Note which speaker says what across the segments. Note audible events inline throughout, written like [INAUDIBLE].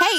Speaker 1: Hey,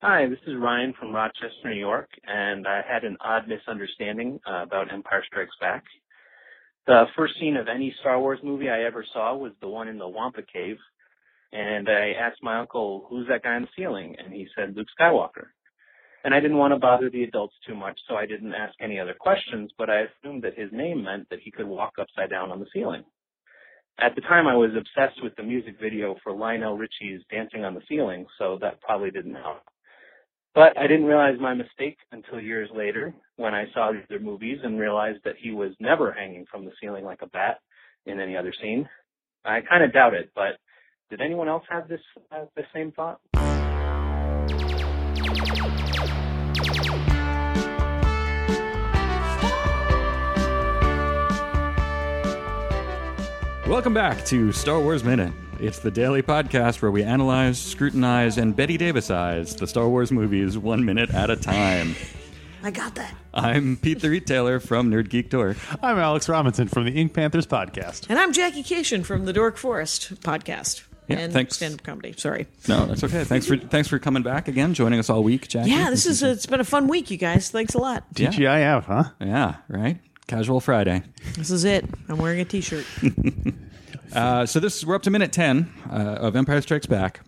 Speaker 2: Hi, this is Ryan from Rochester, New York, and I had an odd misunderstanding uh, about Empire Strikes Back. The first scene of any Star Wars movie I ever saw was the one in the Wampa Cave, and I asked my uncle, who's that guy on the ceiling? And he said, Luke Skywalker. And I didn't want to bother the adults too much, so I didn't ask any other questions, but I assumed that his name meant that he could walk upside down on the ceiling. At the time, I was obsessed with the music video for Lionel Richie's Dancing on the Ceiling, so that probably didn't help. But I didn't realize my mistake until years later when I saw the other movies and realized that he was never hanging from the ceiling like a bat in any other scene. I kind of doubt it, but did anyone else have this uh, the same thought?
Speaker 3: Welcome back to Star Wars Minute. It's the daily podcast where we analyze, scrutinize, and Betty Davisize the Star Wars movies one minute at a time.
Speaker 4: I got that.
Speaker 3: I'm Pete the Retailer from Nerd Geek Tour.
Speaker 5: I'm Alex Robinson from the Ink Panthers podcast.
Speaker 6: And I'm Jackie Cation from the Dork Forest podcast.
Speaker 3: Yeah,
Speaker 6: and
Speaker 3: thanks.
Speaker 6: stand-up comedy. Sorry.
Speaker 3: No, that's okay. Thanks for thanks for coming back again, joining us all week, Jackie.
Speaker 6: Yeah, this is a, it's been a fun week, you guys. Thanks a lot.
Speaker 3: Yeah.
Speaker 5: TGI out, huh?
Speaker 3: yeah, right. Casual Friday.
Speaker 6: This is it. I'm wearing
Speaker 3: [LAUGHS]
Speaker 6: a T-shirt. [LAUGHS]
Speaker 3: Uh, so this we're up to minute ten uh, of Empire Strikes Back,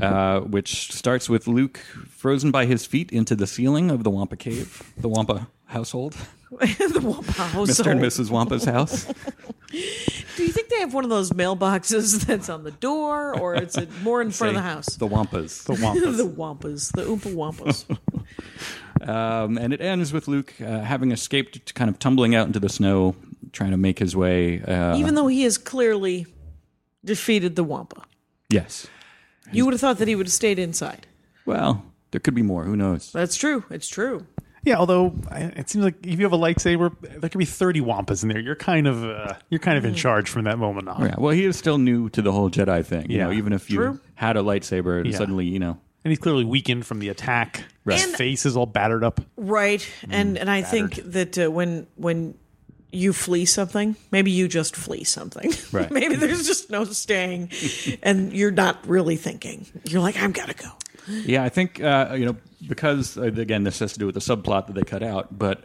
Speaker 3: uh, which starts with Luke frozen by his feet into the ceiling of the Wampa cave, the Wampa
Speaker 4: [LAUGHS]
Speaker 3: household,
Speaker 6: the Wampa household.
Speaker 3: Mr. and Mrs. Wampa's house.
Speaker 6: Do you think they have one of those mailboxes [LAUGHS] that's on the door, or it's a, more in front of the house?
Speaker 3: The Wampas.
Speaker 5: The Wampas.
Speaker 6: [LAUGHS] the Wampas, the Oompa
Speaker 3: [LAUGHS]
Speaker 6: Wampas.
Speaker 3: Uh-huh. Um, and it ends with Luke uh, having escaped, kind of tumbling out into the snow, trying to make his way. Uh,
Speaker 6: Even though he has clearly defeated the Wampa,
Speaker 3: yes.
Speaker 6: you would have thought that he would have stayed inside.
Speaker 3: Well, there could be more. Who knows?
Speaker 6: That's true. It's true.
Speaker 5: yeah, although I- it seems like if you have a lightsaber, there could be 30 Wampas in there. You're kind of uh, you're kind of
Speaker 6: Mm.
Speaker 5: in charge from that moment on.
Speaker 3: Yeah. Well, he is still new to the whole Jedi thing. You
Speaker 5: Yeah.
Speaker 3: know, even if you
Speaker 6: True.
Speaker 3: had a lightsaber, and
Speaker 5: Yeah.
Speaker 3: suddenly, you know,
Speaker 5: And he's clearly weakened from the attack. His
Speaker 6: And-
Speaker 5: face is all battered up.
Speaker 6: Right,
Speaker 5: Mm,
Speaker 6: and and I think that uh, when when you flee something, maybe you just flee something. [LAUGHS]
Speaker 3: Right.
Speaker 6: maybe there's just no
Speaker 5: [LAUGHS]
Speaker 6: staying, and you're not really thinking. You're like, I'm gotta go.
Speaker 3: Yeah, I think uh, you know because uh, again, this has to do with the subplot that they cut out, but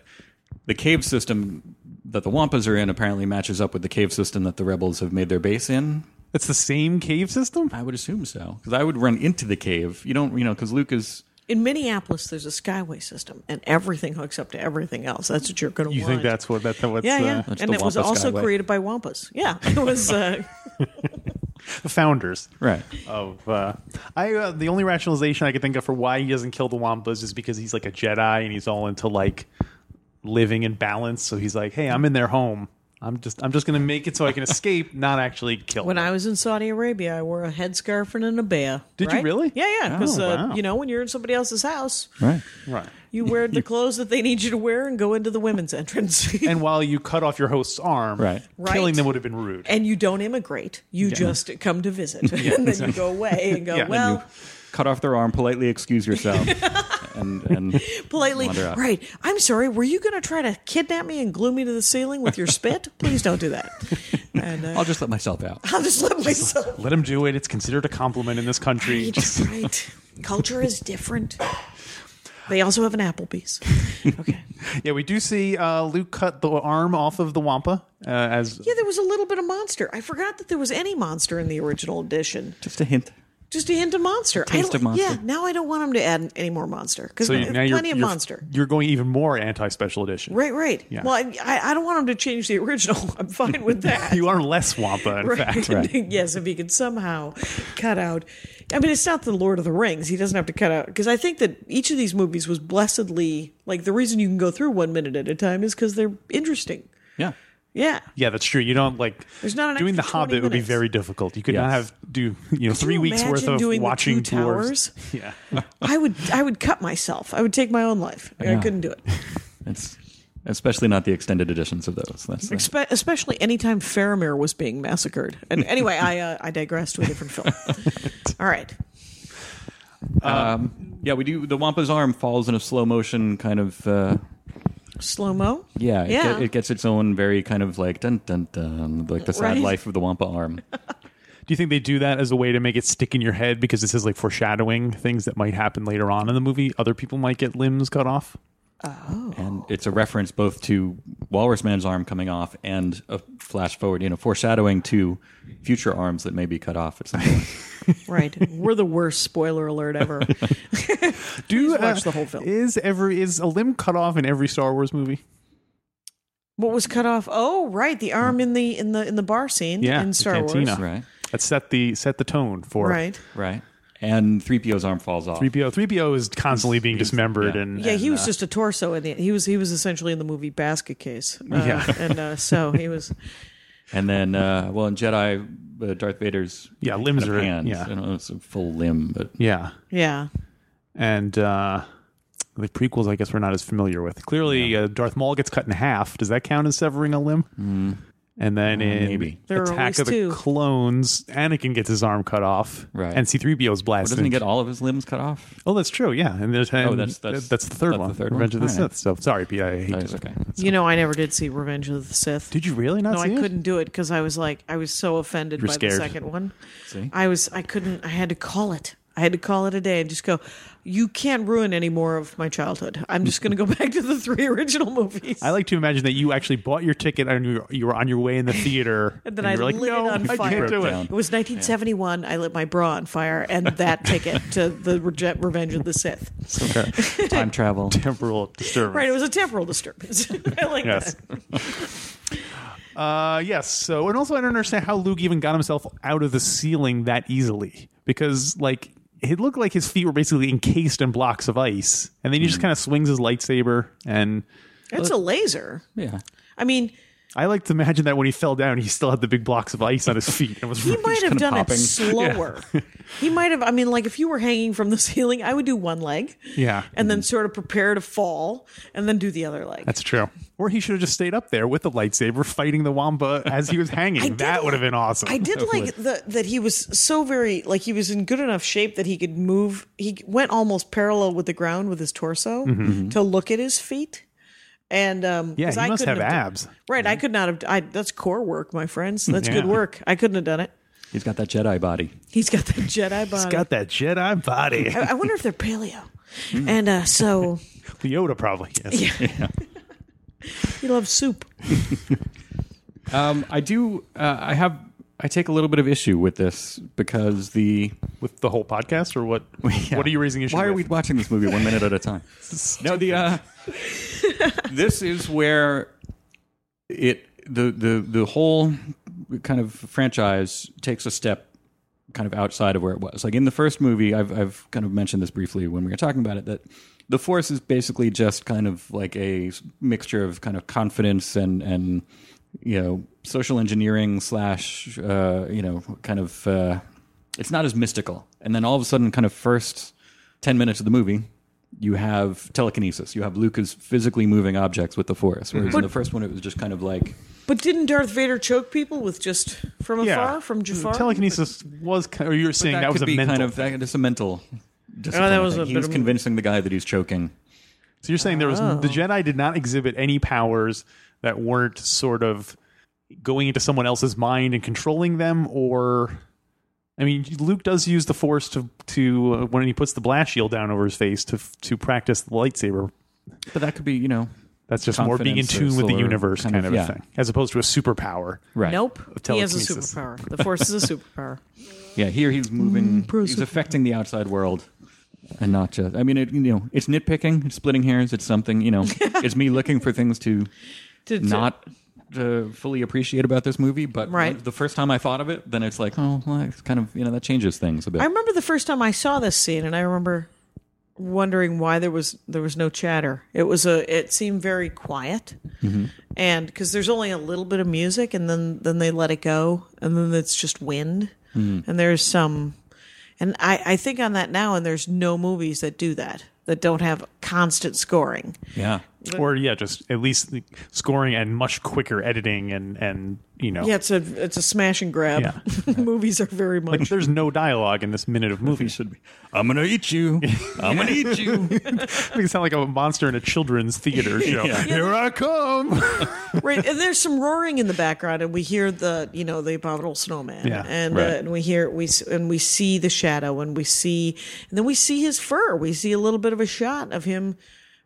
Speaker 3: the cave system that the Wampas are in apparently matches up with the cave system that the rebels have made their base in.
Speaker 5: It's the same cave system.
Speaker 3: I would assume so because I would run into the cave. You don't, you know, because Luke is.
Speaker 6: In Minneapolis, there's a skyway system, and everything hooks up to everything else. That's what you're gonna.
Speaker 5: You
Speaker 6: want.
Speaker 5: think that's what that, that what's
Speaker 6: Yeah, yeah,
Speaker 5: uh,
Speaker 3: That's
Speaker 6: and
Speaker 3: the
Speaker 6: it was
Speaker 3: Wampa
Speaker 6: also
Speaker 3: Skyway.
Speaker 6: created by Wampas. Yeah, [LAUGHS] it was. Uh,
Speaker 5: the founders
Speaker 3: Right.
Speaker 5: of uh, I uh, the only rationalization I could think of for why he doesn't kill the Wampas is because he's like a Jedi and he's all into like living in balance. So he's like, hey, I'm in their home. I'm just I'm just gonna make it so I can [LAUGHS] escape, not actually kill.
Speaker 6: when
Speaker 5: them.
Speaker 6: I was in Saudi Arabia, I wore a headscarf and an abaya.
Speaker 5: Did you
Speaker 6: right?
Speaker 5: really?
Speaker 6: Yeah, yeah, because
Speaker 5: Oh,
Speaker 6: uh,
Speaker 5: wow.
Speaker 6: you know when you're in somebody else's house,
Speaker 3: Right.
Speaker 5: right.
Speaker 6: you wear the clothes that they need you to wear and go into the women's entrance.
Speaker 5: [LAUGHS] And while you cut off your host's arm,
Speaker 3: Right.
Speaker 5: killing
Speaker 6: [LAUGHS] Right.
Speaker 5: them would have been rude.
Speaker 6: and you don't immigrate. You just come
Speaker 5: [LAUGHS]
Speaker 6: to visit, [LAUGHS] and then you go away and go.
Speaker 5: Yeah.
Speaker 6: well,
Speaker 3: Cut off their arm, politely excuse [LAUGHS] yourself, and and
Speaker 6: politely,
Speaker 3: Wander out.
Speaker 6: right? I'm sorry. Were you going to try to kidnap me and glue me to the
Speaker 5: [LAUGHS]
Speaker 6: ceiling with your spit? Please don't do that. And uh,
Speaker 3: I'll just let myself out.
Speaker 6: I'll just let myself.
Speaker 5: Let him do it. It's considered a compliment in this country.
Speaker 6: Right, right. Culture is different. They also have an Applebee's. Okay.
Speaker 5: yeah, we do see uh, Luke cut the arm off of the Wampa uh, as
Speaker 6: Yeah, there was a little bit of monster. I forgot that there was any monster in the original edition.
Speaker 3: Just a hint.
Speaker 6: Just a hint of monster. I
Speaker 3: taste
Speaker 6: don't-
Speaker 3: of monster.
Speaker 6: Yeah, now I don't want them to add any more monster because
Speaker 5: So you, now
Speaker 6: plenty
Speaker 5: you're,
Speaker 6: of
Speaker 5: you're-
Speaker 6: monster.
Speaker 5: You're going even more anti-special edition.
Speaker 6: Right, right.
Speaker 5: Yeah.
Speaker 6: Well, I, I I don't want them to change the original. [LAUGHS] I'm fine with that.
Speaker 5: [LAUGHS] You are less Wampa, in fact.
Speaker 6: [LAUGHS] yes, if he could somehow cut out. I mean, it's not the Lord of the Rings. He doesn't have to cut out because I think that each of these movies was blessedly like the reason you can go through one minute at a time is because they're interesting.
Speaker 3: Yeah.
Speaker 6: Yeah,
Speaker 5: Yeah, that's true. You don't like
Speaker 6: There's not an
Speaker 5: doing the
Speaker 6: extra 20
Speaker 5: Hobbit would be
Speaker 6: minutes.
Speaker 5: very difficult. You could not
Speaker 3: Yes.
Speaker 5: have do you know
Speaker 6: Could
Speaker 5: three
Speaker 6: you
Speaker 5: weeks worth
Speaker 6: imagine
Speaker 5: of
Speaker 6: doing the
Speaker 5: watching
Speaker 6: two
Speaker 5: dwarves.
Speaker 6: towers?
Speaker 5: [LAUGHS] Yeah,
Speaker 6: [LAUGHS] I would. I would cut myself. I would take my own life. I
Speaker 3: Yeah.
Speaker 6: couldn't do it.
Speaker 5: [LAUGHS]
Speaker 3: It's especially not the extended editions of those. That's the-
Speaker 6: Expe- especially anytime Faramir was being massacred.
Speaker 5: [LAUGHS]
Speaker 6: And anyway, I uh, I digress to a different film. All right.
Speaker 3: uh, yeah. We do the Wampa's arm falls in a slow motion kind of. Uh,
Speaker 6: Slow mo?
Speaker 3: yeah, it, ge-
Speaker 6: Yeah.
Speaker 3: it gets its own very kind of like dun dun dun, like the sad
Speaker 6: Right.
Speaker 3: life of the Wampa arm.
Speaker 5: do you think they do that as a way to make it stick in your head because this is like foreshadowing things that might happen later on in the movie? Other people might get limbs cut off.
Speaker 3: And it's a reference both to Walrus Man's arm coming off and a flash forward, you know, foreshadowing to future arms that may be cut off at some point.
Speaker 6: [LAUGHS] right. We're the worst spoiler alert
Speaker 5: [LAUGHS]
Speaker 6: ever. [LAUGHS]
Speaker 5: Do
Speaker 6: watch the whole film.
Speaker 5: Is every is a limb cut off in every Star Wars movie?
Speaker 6: what was cut off? Oh, right, the arm in the in the in the bar scene
Speaker 5: Yeah,
Speaker 6: in
Speaker 5: the
Speaker 6: Star
Speaker 5: cantina.
Speaker 6: Wars.
Speaker 3: right,
Speaker 5: That set the set the tone for
Speaker 6: Right.
Speaker 3: [LAUGHS] right. And 3PO's arm falls off.
Speaker 5: 3PO. 3PO is constantly being dismembered
Speaker 3: yeah.
Speaker 5: and uh,
Speaker 6: Yeah, he was just a torso in the he was he was essentially in the movie Basket Case. Uh,
Speaker 5: Yeah.
Speaker 6: [LAUGHS] And uh, so he was
Speaker 3: And then, uh, well, in Jedi, uh, Darth Vader's
Speaker 5: Yeah, limbs
Speaker 3: kind of
Speaker 5: are-
Speaker 3: hands.
Speaker 5: yeah.
Speaker 3: I don't know, it's a full limb, but
Speaker 5: yeah.
Speaker 6: yeah.
Speaker 5: and uh, the prequels, I guess, we're not as familiar with. Clearly, uh, Darth Maul gets cut in half. Does that count as severing a limb? And then in
Speaker 3: Mm. maybe.
Speaker 6: There are
Speaker 5: Attack
Speaker 6: always
Speaker 5: of the
Speaker 6: two.
Speaker 5: Clones, Anakin gets his arm cut off,
Speaker 3: Right.
Speaker 5: And C-3PO's
Speaker 3: Well,
Speaker 5: blasted.
Speaker 3: doesn't he get all of his limbs cut off?
Speaker 5: oh, that's true. Yeah, and there's and
Speaker 3: that's- that's-
Speaker 5: the third
Speaker 3: that's
Speaker 5: one,
Speaker 3: the third one?
Speaker 5: Revenge of the
Speaker 3: All right.
Speaker 5: Sith. So sorry, Pete. I hate
Speaker 3: That is
Speaker 5: this.
Speaker 3: Oh, okay.
Speaker 6: You know, I never did see Revenge of the Sith.
Speaker 5: Did you really not
Speaker 6: no, I
Speaker 5: see it?
Speaker 6: couldn't do it because I was like, I was so offended
Speaker 5: were
Speaker 6: by
Speaker 5: scared.
Speaker 6: the second one.
Speaker 3: See?
Speaker 6: I was, I couldn't, I had to call it. I had to call it a day and just go, you can't ruin any more of my childhood. I'm just going to go [LAUGHS] back to the three original movies.
Speaker 5: I like to imagine that you actually bought your ticket and you were, you were on your way in the theater.
Speaker 6: [LAUGHS] and then
Speaker 5: you
Speaker 6: I
Speaker 5: were like,
Speaker 6: lit
Speaker 5: no,
Speaker 6: it on
Speaker 5: I
Speaker 6: fire.
Speaker 5: can't do it.
Speaker 3: Down.
Speaker 5: [LAUGHS]
Speaker 6: It was 1971. I lit my bra on fire and that ticket to the Rege- Revenge of the Sith.
Speaker 3: Time travel.
Speaker 5: [LAUGHS] Temporal disturbance.
Speaker 6: Right. It was a temporal disturbance. [LAUGHS] I like
Speaker 5: Yes.
Speaker 6: that.
Speaker 5: Uh, yes. So, and also, I don't understand how Luke even got himself out of the ceiling that easily because, like, it looked like his feet were basically encased in blocks of ice, and then he
Speaker 6: Hmm.
Speaker 5: just kind of swings his lightsaber. And
Speaker 6: It's a laser.
Speaker 3: Yeah.
Speaker 6: I mean,
Speaker 5: I like to imagine that when he fell down, he still had the big blocks of ice on
Speaker 6: [LAUGHS]
Speaker 5: his feet and was [LAUGHS]
Speaker 6: He might have
Speaker 3: kinda
Speaker 6: done
Speaker 3: popping.
Speaker 6: it slower. he might have. I mean, like if you were hanging from the [LAUGHS] ceiling, I would do one leg,
Speaker 5: Yeah.
Speaker 6: and then sort of prepare to fall, and then do the other leg.
Speaker 5: That's true. Or he should have just stayed up there with the lightsaber fighting the Wamba as he was
Speaker 6: I
Speaker 5: hanging.
Speaker 6: did
Speaker 5: that would have been awesome.
Speaker 6: I did like the, that he was so very like he was in good enough shape that he could move. He went almost parallel with the ground with his torso to look at his feet. And um,
Speaker 5: Mm-hmm, Yeah,
Speaker 6: 'cause
Speaker 5: he
Speaker 6: I
Speaker 5: must
Speaker 6: couldn't
Speaker 5: have
Speaker 6: done-
Speaker 5: abs.
Speaker 6: right? I could not have. I, that's core work, my
Speaker 5: [LAUGHS]
Speaker 6: friends. That's good
Speaker 5: Yeah.
Speaker 6: work. I couldn't have done it.
Speaker 3: He's got that Jedi body.
Speaker 6: He's got that Jedi body.
Speaker 5: He's got that Jedi body.
Speaker 6: I, I wonder if they're paleo. And uh, so
Speaker 5: Yoda probably. Yes.
Speaker 6: he loves soup.
Speaker 3: Um, I do. Uh, I have. I take a little bit of issue with this because the.
Speaker 5: With the whole podcast or
Speaker 6: [LAUGHS]
Speaker 5: what? What are you raising issue
Speaker 3: Why are
Speaker 5: with?
Speaker 3: we watching this movie one minute at a
Speaker 5: [LAUGHS]
Speaker 3: time? no, the uh, this is where it the the the whole kind of franchise takes a step kind of outside of where it was. Like in the first movie, I've I've kind of mentioned this briefly when we were talking about it that the Force is basically just kind of like a s- mixture of kind of confidence and and you know social engineering slash uh, you know kind of uh, it's not as mystical. And then all of a sudden, kind of first ten minutes of the movie. You have telekinesis. You have Luke is physically moving objects with the force. Whereas in the first one, it was just kind of like
Speaker 6: But didn't Darth Vader choke people with just from afar, from Jafar?
Speaker 5: Mm, Telekinesis was, ki- or you were saying that, was a
Speaker 3: could be
Speaker 5: mental.
Speaker 3: kind of that, it's a mental. discipline, I
Speaker 6: that was
Speaker 3: think.
Speaker 6: a
Speaker 3: he
Speaker 6: bit
Speaker 3: was
Speaker 6: of-
Speaker 3: convincing the guy that he's choking.
Speaker 5: so you're saying there was
Speaker 3: Oh.
Speaker 5: the Jedi did not exhibit any powers that weren't sort of going into someone else's mind and controlling them, or I mean, Luke does use the Force to to uh, when he puts the blast shield down over his face to to practice the lightsaber.
Speaker 3: But that could be, you know,
Speaker 5: That's just more being in
Speaker 3: Confidence or
Speaker 5: tune with the
Speaker 3: solar
Speaker 5: universe kind
Speaker 3: kind
Speaker 5: of,
Speaker 3: of-
Speaker 5: a
Speaker 3: yeah.
Speaker 5: thing, as opposed to a superpower.
Speaker 3: right?
Speaker 6: Nope. He has a
Speaker 5: telekinesis.
Speaker 6: [LAUGHS] superpower. The Force is a superpower.
Speaker 3: Yeah, here he's
Speaker 5: Mm,
Speaker 3: moving. he's affecting the outside world, and not just. I mean, it, you know, it's nitpicking, it's splitting hairs, it's something.
Speaker 5: [LAUGHS]
Speaker 3: You know, it's me looking for things to
Speaker 6: To- to-
Speaker 3: not uh, fully appreciate about this movie. But
Speaker 6: Right.
Speaker 3: when- the first time I thought of it, then it's like, oh, well, it's kind of you know that changes things a bit.
Speaker 6: I remember the first time I saw this scene, and I remember wondering why there was there was no chatter. It was a it seemed very quiet, and because there's only a little bit of music, and then then they let it go, and then it's just wind, and there's some, and I I think on that now, and there's no movies that do that that don't have constant scoring.
Speaker 3: yeah,
Speaker 5: or yeah, just at least the scoring and much quicker editing and and you know,
Speaker 6: Yeah, it's a it's a smash and grab. [LAUGHS] movies are very
Speaker 5: like
Speaker 6: much
Speaker 5: there's no dialogue in this minute of movie.
Speaker 3: should be. I'm gonna eat you. I'm [LAUGHS] gonna eat
Speaker 5: [LAUGHS]
Speaker 3: you.
Speaker 5: Make it sound like a monster in a children's theater show. Here I come.
Speaker 6: right and there's some roaring in the background and we hear the you know the abominable snowman
Speaker 5: Yeah,
Speaker 6: and uh,
Speaker 3: right.
Speaker 6: and we hear we s- and we see the shadow and we see and then we see his fur we see a little bit of a shot of him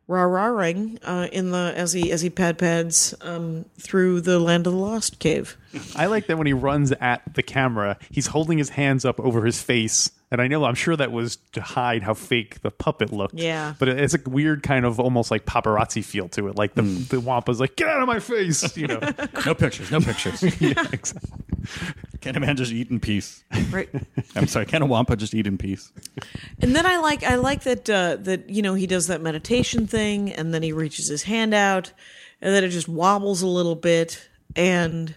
Speaker 6: rah rahing uh, in the as he as he pad pads um, through the land of the lost cave
Speaker 5: I like that when he runs at the camera, he's holding his hands up over his face. And I know, I'm sure that was to hide how fake the puppet looked.
Speaker 6: Yeah.
Speaker 5: But it's a weird kind of almost like paparazzi feel to it. Like the, the Wampa's like, get out of my face. You know,
Speaker 3: No pictures. No
Speaker 6: [LAUGHS]
Speaker 3: pictures.
Speaker 5: Yeah, exactly.
Speaker 3: Can a man just eat in peace?
Speaker 6: right
Speaker 3: [LAUGHS] I'm sorry. Can a wampa just eat in peace?
Speaker 6: And then I like I like that uh, that you know he does that meditation thing, and then he reaches his hand out, and then it just wobbles a little bit. And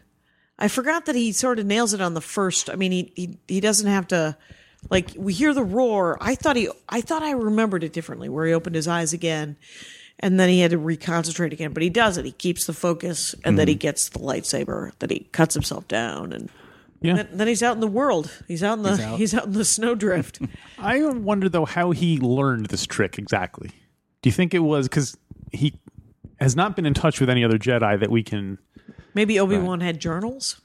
Speaker 6: I forgot that he sort of nails it on the first. I mean, he he he doesn't have to like we hear the roar. I thought he I thought I remembered it differently, where he opened his eyes again, and then he had to reconcentrate again. But he does it. He keeps the focus, and then he gets the lightsaber. Then he cuts himself down, and
Speaker 5: Yeah.
Speaker 6: then, then he's out in the world. He's out in the he's
Speaker 3: out.
Speaker 6: out, in the snowdrift.
Speaker 5: I wonder though how he learned this trick exactly. Do you think it was because he has not been in touch with any other Jedi that we can?
Speaker 6: Maybe Obi Wan had journals.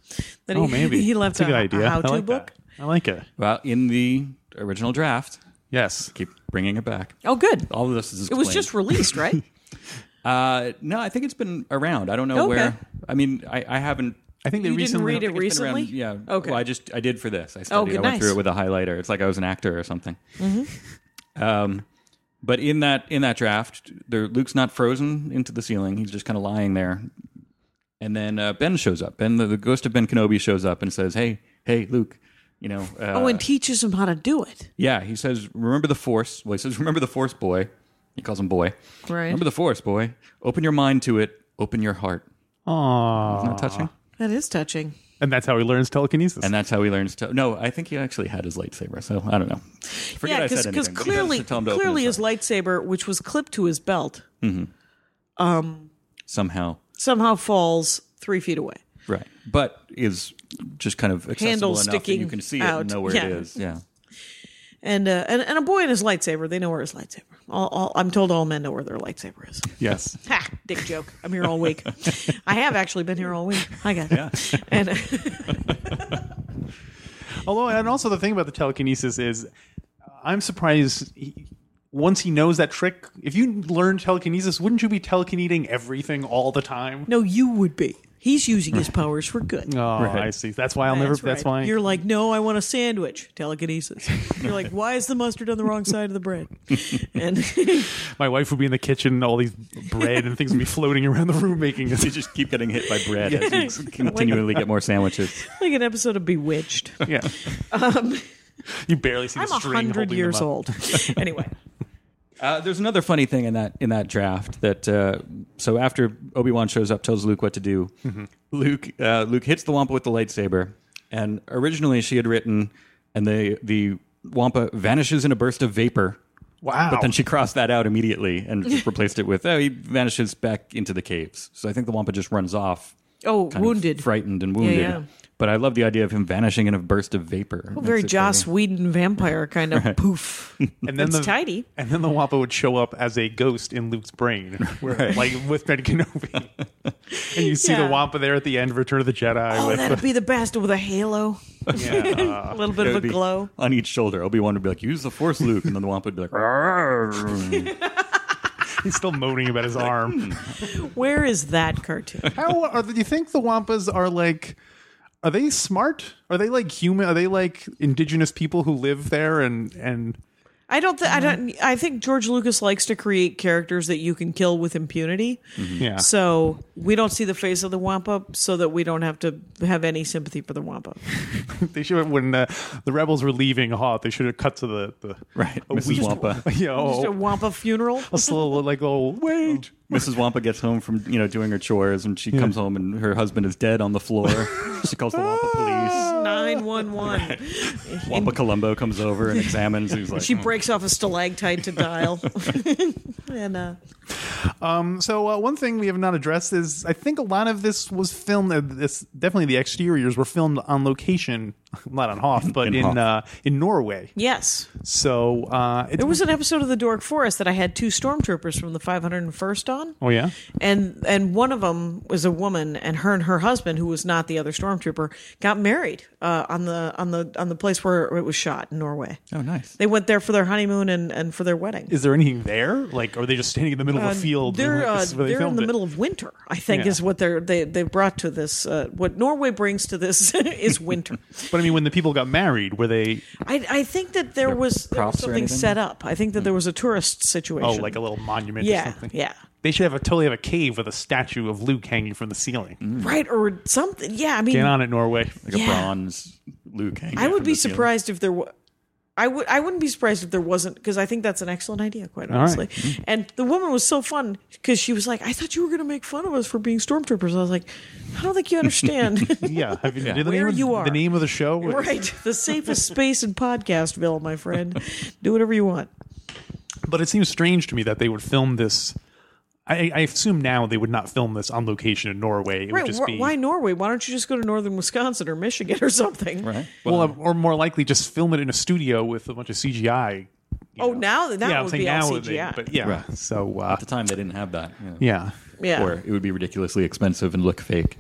Speaker 6: That
Speaker 5: Oh,
Speaker 6: he,
Speaker 5: maybe
Speaker 6: [LAUGHS] he left
Speaker 5: That's a,
Speaker 6: a,
Speaker 5: good idea.
Speaker 6: how to
Speaker 5: I like
Speaker 6: book.
Speaker 5: That. I like it.
Speaker 3: Well, in the original draft,
Speaker 5: Yes.
Speaker 3: keep bringing it back.
Speaker 6: Oh, good.
Speaker 3: All of this is
Speaker 6: It
Speaker 3: explained.
Speaker 6: was just released, right?
Speaker 3: Uh, no, I think it's been around. I don't know
Speaker 6: Okay.
Speaker 3: where. I mean, I, I haven't.
Speaker 5: I think they
Speaker 6: You didn't
Speaker 5: recently
Speaker 6: read it
Speaker 3: I think it's been around-
Speaker 6: recently?
Speaker 3: yeah.
Speaker 6: Okay. Oh,
Speaker 3: Well, I just I did for this. I studied.
Speaker 6: good,
Speaker 3: I went through
Speaker 6: nice.
Speaker 3: it with a highlighter. It's like I was an actor or something.
Speaker 6: Mm-hmm.
Speaker 3: Um, but in that in that draft, there, Luke's not frozen into the ceiling. He's just kind of lying there. And then uh, Ben shows up. Ben, the, the ghost of Ben Kenobi, shows up and says, "Hey, hey, Luke." You know. Uh,
Speaker 6: oh, and teaches him how to do it.
Speaker 3: Yeah, he says, "Remember the Force." Well, he says, "Remember the Force, boy." He calls him boy.
Speaker 6: Right.
Speaker 3: Remember the Force, boy. Open your mind to it. Open your heart.
Speaker 5: Aww.
Speaker 3: Isn't that touching?
Speaker 6: That is touching.
Speaker 5: And that's how he learns telekinesis.
Speaker 3: And that's how he learns to. No, I think he actually had his lightsaber. So I don't know. Forget I said anything. but he
Speaker 6: clearly,
Speaker 3: does tell him to open
Speaker 6: clearly his
Speaker 3: heart
Speaker 6: lightsaber, which was clipped to his belt,
Speaker 3: somehow
Speaker 6: somehow falls three feet away.
Speaker 3: right, but is just kind of accessible
Speaker 6: Handle
Speaker 3: enough that you
Speaker 6: sticking
Speaker 3: can see it
Speaker 6: out.
Speaker 3: and know where
Speaker 6: Yeah.
Speaker 3: it is. Yeah.
Speaker 6: And, uh, and and a boy and his lightsaber, they know where his lightsaber. All, all, I'm told all men know where their lightsaber is.
Speaker 5: [LAUGHS] yes.
Speaker 6: Ha! Dick joke. I'm here all week. I have actually been here all week. I got it. And [LAUGHS]
Speaker 5: Although, and also the thing about the telekinesis is, uh, I'm surprised. He, once he knows that trick, if you learn telekinesis, wouldn't you be telekineting everything all the time?
Speaker 6: no, you would be. He's using his powers for good.
Speaker 5: Oh, I see. That's why I'll never. That's
Speaker 6: right.
Speaker 5: why
Speaker 6: you're like, no, I want a sandwich. Telekinesis. You're like, why is the mustard on the wrong side of the bread? And [LAUGHS]
Speaker 5: my wife would be in the kitchen, and all these bread and things [LAUGHS] would be floating around the room, making us.
Speaker 3: You just keep getting hit by bread
Speaker 6: [LAUGHS]
Speaker 3: as you continually get more sandwiches.
Speaker 6: like an episode of Bewitched.
Speaker 5: [LAUGHS] Yeah. you barely see the
Speaker 6: I'm a
Speaker 5: string.
Speaker 6: hundred
Speaker 5: holding
Speaker 6: years
Speaker 5: them up. [LAUGHS]
Speaker 6: old. Anyway,
Speaker 3: Uh, there's another funny thing in that in that draft that uh, so after Obi Wan shows up, tells Luke what to do. Luke uh, Luke hits the Wampa with the lightsaber, and originally she had written, and the the Wampa vanishes in a burst of vapor.
Speaker 5: Wow.
Speaker 3: But then she crossed that out immediately and just replaced it with, oh, he vanishes back into the caves. So I think the Wampa just runs off.
Speaker 6: oh,
Speaker 3: kind of
Speaker 6: wounded,
Speaker 3: frightened, and wounded.
Speaker 6: yeah. Oh,
Speaker 3: But I love the idea of him vanishing in a burst of vapor.
Speaker 6: very
Speaker 3: Makes it
Speaker 6: Joss Whedon vampire kind of poof.
Speaker 5: and then
Speaker 6: It's
Speaker 5: the,
Speaker 6: tidy.
Speaker 5: And then the Wampa would show up as a ghost in Luke's [LAUGHS] brain, where, like with Ben [LAUGHS] Kenobi. and you see the
Speaker 6: Yeah.
Speaker 5: Wampa there at the end, of Return of the Jedi.
Speaker 6: Oh,
Speaker 5: with
Speaker 6: that'd be the best with a halo,
Speaker 5: yeah,
Speaker 6: a little bit of
Speaker 3: would
Speaker 6: a
Speaker 3: be
Speaker 6: glow.
Speaker 3: on each shoulder. Obi Wan would be like, "Use the Force, Luke," and then the Wampa would be like, "Arrgh."
Speaker 5: [LAUGHS] he's still moaning about his arm.
Speaker 6: Where is that cartoon?
Speaker 5: How are do you think the Wampas are like? are they smart? Are they like human? Are they like indigenous people who live there and and [LAUGHS]
Speaker 6: I don't. Th- I don't. I think George Lucas likes to create characters that you can kill with impunity.
Speaker 5: yeah?
Speaker 6: So we don't see the face of the Wampa, so that we don't have to have any sympathy for the Wampa.
Speaker 5: they should have, when uh, the rebels were leaving Hoth, they should have cut to the, the
Speaker 3: Right,
Speaker 5: a
Speaker 3: Mrs.
Speaker 5: weep-
Speaker 3: Wampa.
Speaker 5: [LAUGHS] Yeah,
Speaker 6: Just a
Speaker 5: oh,
Speaker 6: Wampa funeral.
Speaker 5: a slow like oh wait.
Speaker 3: Mrs. Wampa gets home from you know doing her chores, and she comes home and her husband is dead on the
Speaker 6: [LAUGHS]
Speaker 3: floor. she calls the Wampa police.
Speaker 6: [LAUGHS] Nine one one.
Speaker 3: Wampa Columbo comes over and examines. And he's like,
Speaker 6: [LAUGHS] She
Speaker 3: "Hmm."
Speaker 6: breaks off a stalactite to dial, [LAUGHS] and uh,
Speaker 5: So uh, one thing we have not addressed is I think a lot of this was filmed. Uh, this definitely the exteriors were filmed on location, [LAUGHS] not on Hoth, but in
Speaker 3: In
Speaker 5: in,
Speaker 3: Hoth.
Speaker 5: Uh, in Norway.
Speaker 6: yes,
Speaker 5: So uh, it
Speaker 6: there was an episode of the Dork Forest that I had two stormtroopers from the 501st on.
Speaker 5: Oh yeah,
Speaker 6: and and one of them was a woman, and her and her husband, who was not the other stormtrooper, got married uh, on the on the on the place where it was shot in Norway.
Speaker 3: "Oh, nice."
Speaker 6: They went there for their honeymoon and, and for their wedding.
Speaker 5: is there anything there? Like, are they just standing in the middle of a field? and,
Speaker 6: They're
Speaker 5: like,
Speaker 6: uh,
Speaker 5: this is where they
Speaker 6: they're in
Speaker 5: filmed
Speaker 6: the
Speaker 5: it?
Speaker 6: middle of winter. I think
Speaker 5: Yeah.
Speaker 6: is what they're they they brought to this. Uh, what Norway brings to this [LAUGHS] is winter.
Speaker 5: But I mean, when the people got married, were they
Speaker 6: I, I think that there was, there was
Speaker 3: props or
Speaker 6: something
Speaker 3: anything?
Speaker 6: set up. I think that there was a tourist situation.
Speaker 5: Hmm. oh like a little monument or
Speaker 6: yeah
Speaker 5: something?
Speaker 6: yeah
Speaker 5: They should have a totally have a cave with a statue of Luke hanging from the ceiling.
Speaker 6: right or something. Yeah, I mean
Speaker 5: Get on it,
Speaker 6: [LAUGHS]
Speaker 5: Norway.
Speaker 3: Like
Speaker 6: Yeah.
Speaker 3: a bronze Luke. hanging
Speaker 6: I would
Speaker 3: from
Speaker 6: be
Speaker 3: the ceiling.
Speaker 6: surprised if there was. I would. I wouldn't be surprised if there wasn't because I think that's an excellent idea, quite honestly. And the woman was so fun because she was like, "I thought you were going to make fun of us for being stormtroopers." I was like, "I don't think you understand."
Speaker 5: [LAUGHS]
Speaker 6: [LAUGHS]
Speaker 5: Yeah, have you, did The,
Speaker 6: Where
Speaker 5: name of,
Speaker 6: you are.
Speaker 5: the name of the show.
Speaker 6: right, the safest space in Podcastville, my friend. Do whatever you want.
Speaker 5: But it seems strange to me that they would film this. I, I assume now they would not film this on location in Norway. It
Speaker 6: Right?
Speaker 5: would just
Speaker 6: wh-
Speaker 5: be
Speaker 6: Why Norway? Why don't you just go to northern Wisconsin or Michigan or something?
Speaker 3: Right?
Speaker 5: well, or more likely just film it in a studio with a bunch of CGI.
Speaker 6: Oh, now that
Speaker 5: yeah, I'm
Speaker 6: would
Speaker 5: saying
Speaker 6: be
Speaker 5: now
Speaker 6: all
Speaker 5: would be,
Speaker 6: CGI.
Speaker 5: but yeah.
Speaker 3: Right.
Speaker 5: So uh,
Speaker 3: At the time, they didn't have that. you know.
Speaker 5: yeah,
Speaker 6: yeah.
Speaker 3: Or it would be ridiculously expensive and look fake.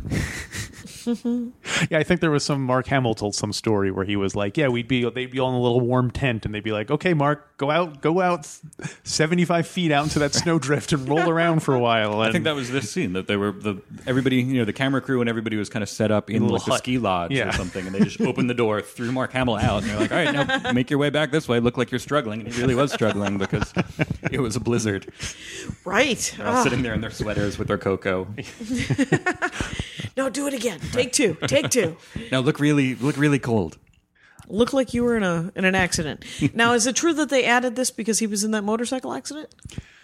Speaker 5: yeah. I think there was some Mark Hamill told some story where he was like, yeah, we'd be they'd be all in a little warm tent and they'd be like, okay, Mark, go out, go out, seventy five feet out into that snowdrift and roll around for a while. And
Speaker 3: [LAUGHS] I think that was this scene that they were the everybody you know the camera crew and everybody was kind of set up in
Speaker 5: little
Speaker 3: like a
Speaker 5: hut.
Speaker 3: ski lodge
Speaker 5: Yeah. [LAUGHS]
Speaker 3: or something, and they just opened the door, threw Mark Hamill out, and they're like, "All right, now make your way back this way. Look like you're struggling." And he really was struggling because it was a blizzard.
Speaker 6: Right. Ah,
Speaker 3: They're all sitting there in their sweaters with their
Speaker 5: [LAUGHS]
Speaker 3: cocoa.
Speaker 6: No, do it again. Take two.
Speaker 5: [LAUGHS]
Speaker 6: Take two.
Speaker 3: Now look really look really cold.
Speaker 6: look like you were in a in an
Speaker 3: [LAUGHS]
Speaker 6: accident. now, is it true that they added this because he was in that motorcycle accident?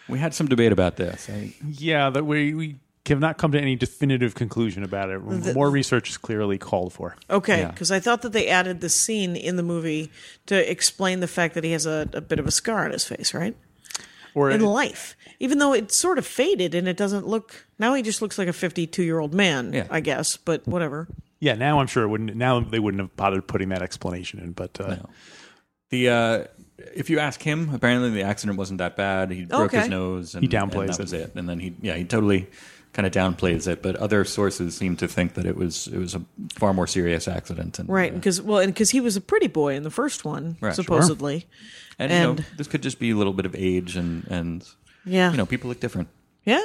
Speaker 3: We had some debate about this. I,
Speaker 5: yeah, that we we have not come to any definitive conclusion about it. More research is clearly called for.
Speaker 6: Okay,
Speaker 3: Yeah.
Speaker 6: because I thought that they added the scene in the movie to explain the fact that he has a, a bit of a scar on his face, right?
Speaker 5: Or
Speaker 6: In life, even though it sort of faded and it doesn't look now, he just looks like a fifty-two-year-old man,
Speaker 3: Yeah.
Speaker 6: I guess. But whatever.
Speaker 5: Yeah, now I'm sure it wouldn't. Now they wouldn't have bothered putting that explanation in. But uh,
Speaker 3: the uh, if you ask him, apparently the accident wasn't that bad. He broke
Speaker 6: Okay.
Speaker 3: his nose. And,
Speaker 5: He downplays
Speaker 3: and that
Speaker 5: it.
Speaker 3: was it. And then he yeah he totally kind of downplays it. But other sources seem to think that it was it was a far more serious accident. And,
Speaker 6: Right?
Speaker 3: uh,
Speaker 6: Because well, and because he was a pretty boy in the first one,
Speaker 3: Right, sure.
Speaker 6: supposedly.
Speaker 3: and,
Speaker 6: and-
Speaker 3: you know this could just be a little bit of age and and
Speaker 6: Yeah.
Speaker 3: you know people look different.
Speaker 6: Yeah.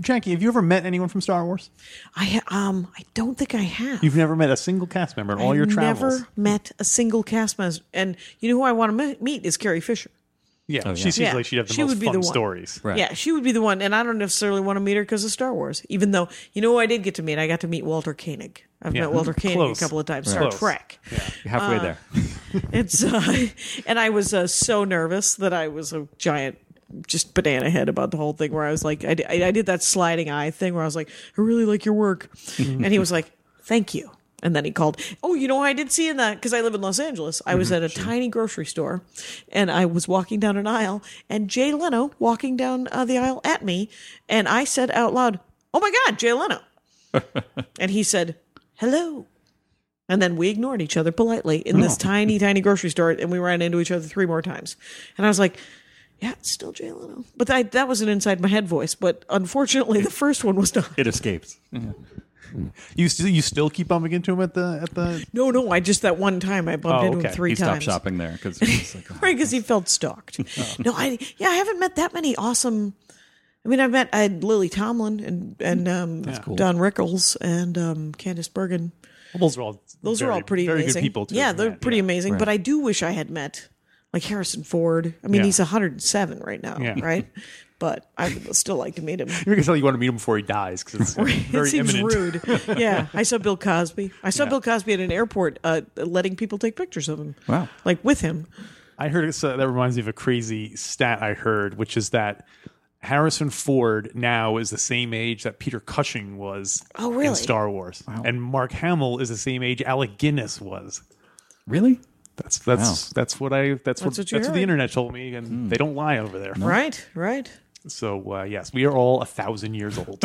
Speaker 5: Jackie, have you ever met anyone from Star Wars?
Speaker 6: I ha- um I don't think I have.
Speaker 5: You've never met a single cast member in all your
Speaker 6: I've
Speaker 5: travels.
Speaker 6: Never met a single cast member, and you know who I want to me- meet is Carrie Fisher.
Speaker 5: Yeah,
Speaker 3: Oh,
Speaker 5: she seems
Speaker 6: Yeah.
Speaker 5: like she'd have the
Speaker 6: She
Speaker 5: most
Speaker 6: would be
Speaker 5: fun
Speaker 6: the one.
Speaker 5: stories.
Speaker 3: Right.
Speaker 6: Yeah, she would be the one, and I don't necessarily want to meet her because of Star Wars. Even though you know who I did get to meet, I got to meet Walter Koenig. I've
Speaker 5: Yeah.
Speaker 6: met Walter
Speaker 5: Mm,
Speaker 6: Koenig
Speaker 5: close.
Speaker 6: a couple of times. Star
Speaker 5: Close.
Speaker 6: Trek.
Speaker 3: You're halfway
Speaker 6: Uh.
Speaker 3: there.
Speaker 6: It's uh, and I was uh, so nervous that I was a giant. Just banana head about the whole thing, where I was like, I, di- I did that sliding eye thing where I was like, I really like your work, and he was like, Thank you. And then he called. Oh, you know, I did see in that because I live in Los Angeles. I was at a tiny grocery store, and I was walking down an aisle, and Jay Leno walking down uh, the aisle at me, and I said out loud, "Oh my God, Jay Leno!" and he said, "Hello." And then we ignored each other politely in
Speaker 3: Oh.
Speaker 6: this tiny, tiny grocery store, and we ran into each other three more times. And I was like, "Yeah, it's still Jay Leno," but I, that was an inside my head voice. But unfortunately, the first one was not.
Speaker 3: It escapes.
Speaker 5: You still you still keep bumping into him at the at the.
Speaker 6: No, no, I just that one time I bumped
Speaker 5: Oh,
Speaker 6: into
Speaker 5: okay.
Speaker 6: him three
Speaker 3: He stopped
Speaker 6: times.
Speaker 3: shopping there because like, oh,
Speaker 6: Right, because he
Speaker 3: [LAUGHS]
Speaker 6: felt stalked. No, I yeah, I haven't met that many awesome. I mean, I met
Speaker 3: Hmm.
Speaker 6: I had Lily Tomlin and and um, Don Rickles and um, Candice Bergen.
Speaker 5: Well, [LAUGHS] those are all
Speaker 6: Those
Speaker 5: very-
Speaker 6: are all pretty
Speaker 5: very
Speaker 6: amazing.
Speaker 5: good people. To
Speaker 6: yeah,
Speaker 5: have
Speaker 6: they're
Speaker 5: met,
Speaker 6: pretty
Speaker 5: yeah.
Speaker 6: amazing. But I do wish I had met like Harrison Ford. I mean,
Speaker 5: Yeah.
Speaker 6: he's 107 right now,
Speaker 5: Yeah. [LAUGHS]
Speaker 6: right? But I would still like to meet him.
Speaker 5: You can tell you want to meet him before he dies because
Speaker 6: [LAUGHS]
Speaker 5: it's very
Speaker 6: it seems
Speaker 5: imminent. [LAUGHS]
Speaker 6: rude. Yeah, I saw Bill Cosby. I saw Bill Cosby at an airport, uh, letting people take pictures of him.
Speaker 3: Wow.
Speaker 6: like with him.
Speaker 5: I heard it's, uh, that reminds me of a crazy stat I heard, which is that Harrison Ford now is the same age that Peter Cushing was
Speaker 6: Oh, really?
Speaker 5: in Star Wars, and Mark Hamill is the same age Alec Guinness was.
Speaker 3: Really?
Speaker 5: That's that's
Speaker 3: Wow.
Speaker 5: that's what I that's, what,
Speaker 6: That's what you
Speaker 5: that's what the
Speaker 6: heard. Hmm.
Speaker 5: internet told me, and they don't lie over there.
Speaker 6: Right, right.
Speaker 5: So uh, yes, we are all a thousand years
Speaker 6: [LAUGHS]
Speaker 5: old.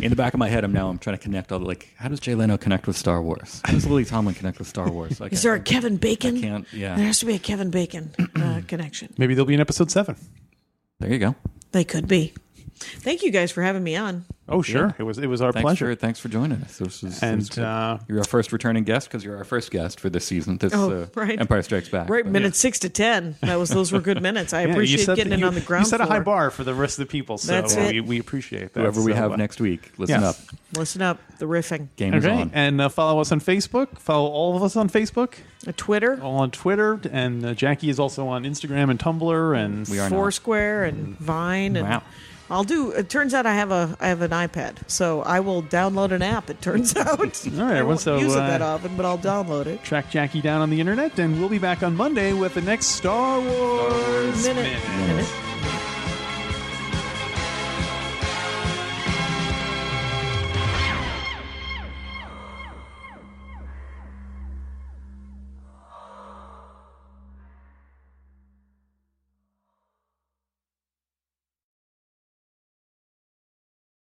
Speaker 3: In the back of my head, I'm now I'm trying to connect all the like. How does Jay Leno connect with Star Wars? How does Lily Tomlin connect with Star Wars? Like,
Speaker 6: [LAUGHS] Is there a Kevin Bacon?
Speaker 3: I can't- yeah.
Speaker 6: There has to be a Kevin Bacon
Speaker 5: [CLEARS THROAT]
Speaker 6: uh, connection.
Speaker 5: Maybe there'll be an episode seven.
Speaker 3: there you go.
Speaker 6: They could be. Thank you guys for having me on.
Speaker 5: Oh sure, it was it was our
Speaker 3: Thanks
Speaker 5: pleasure.
Speaker 3: for thanks for joining us. This was,
Speaker 5: And,
Speaker 3: this was good.
Speaker 5: uh,
Speaker 3: you're our first returning guest because you're our first guest for this season. This
Speaker 6: Oh,
Speaker 3: uh,
Speaker 6: right.
Speaker 3: Empire Strikes Back.
Speaker 6: Right,
Speaker 3: But-
Speaker 6: minutes six to ten. That was those were good minutes.
Speaker 5: [LAUGHS]
Speaker 6: I
Speaker 5: Yeah,
Speaker 6: appreciate
Speaker 5: said
Speaker 6: getting
Speaker 5: that
Speaker 6: it
Speaker 5: you-
Speaker 6: on the ground.
Speaker 5: You set a high
Speaker 6: floor.
Speaker 5: bar for the rest of the people, so uh,
Speaker 6: That's it.
Speaker 5: we, we appreciate that.
Speaker 3: Whoever we
Speaker 5: So,
Speaker 3: have
Speaker 5: uh,
Speaker 3: next week, listen
Speaker 5: yeah.
Speaker 3: up.
Speaker 6: Listen up, the riffing.
Speaker 3: Game is
Speaker 5: Okay,
Speaker 3: on.
Speaker 5: and uh, follow us on Facebook. Follow all of us on Facebook,
Speaker 6: A Twitter,
Speaker 3: Oh,
Speaker 5: all on Twitter, and uh, Jackie is also on Instagram and Tumblr. And
Speaker 3: We are now. Mm-hmm.
Speaker 6: Foursquare, and Vine, and
Speaker 3: Wow.
Speaker 6: I'll do. It turns out I have a I have an iPad, so I will download an app. It turns [LAUGHS] out.
Speaker 5: well,
Speaker 6: I won't
Speaker 5: so,
Speaker 6: use it
Speaker 5: uh,
Speaker 6: that often, but I'll download it.
Speaker 5: track Jackie down on the internet, and we'll be back on Monday with the next Star Wars
Speaker 6: Minute.
Speaker 5: Minute.
Speaker 6: Minute.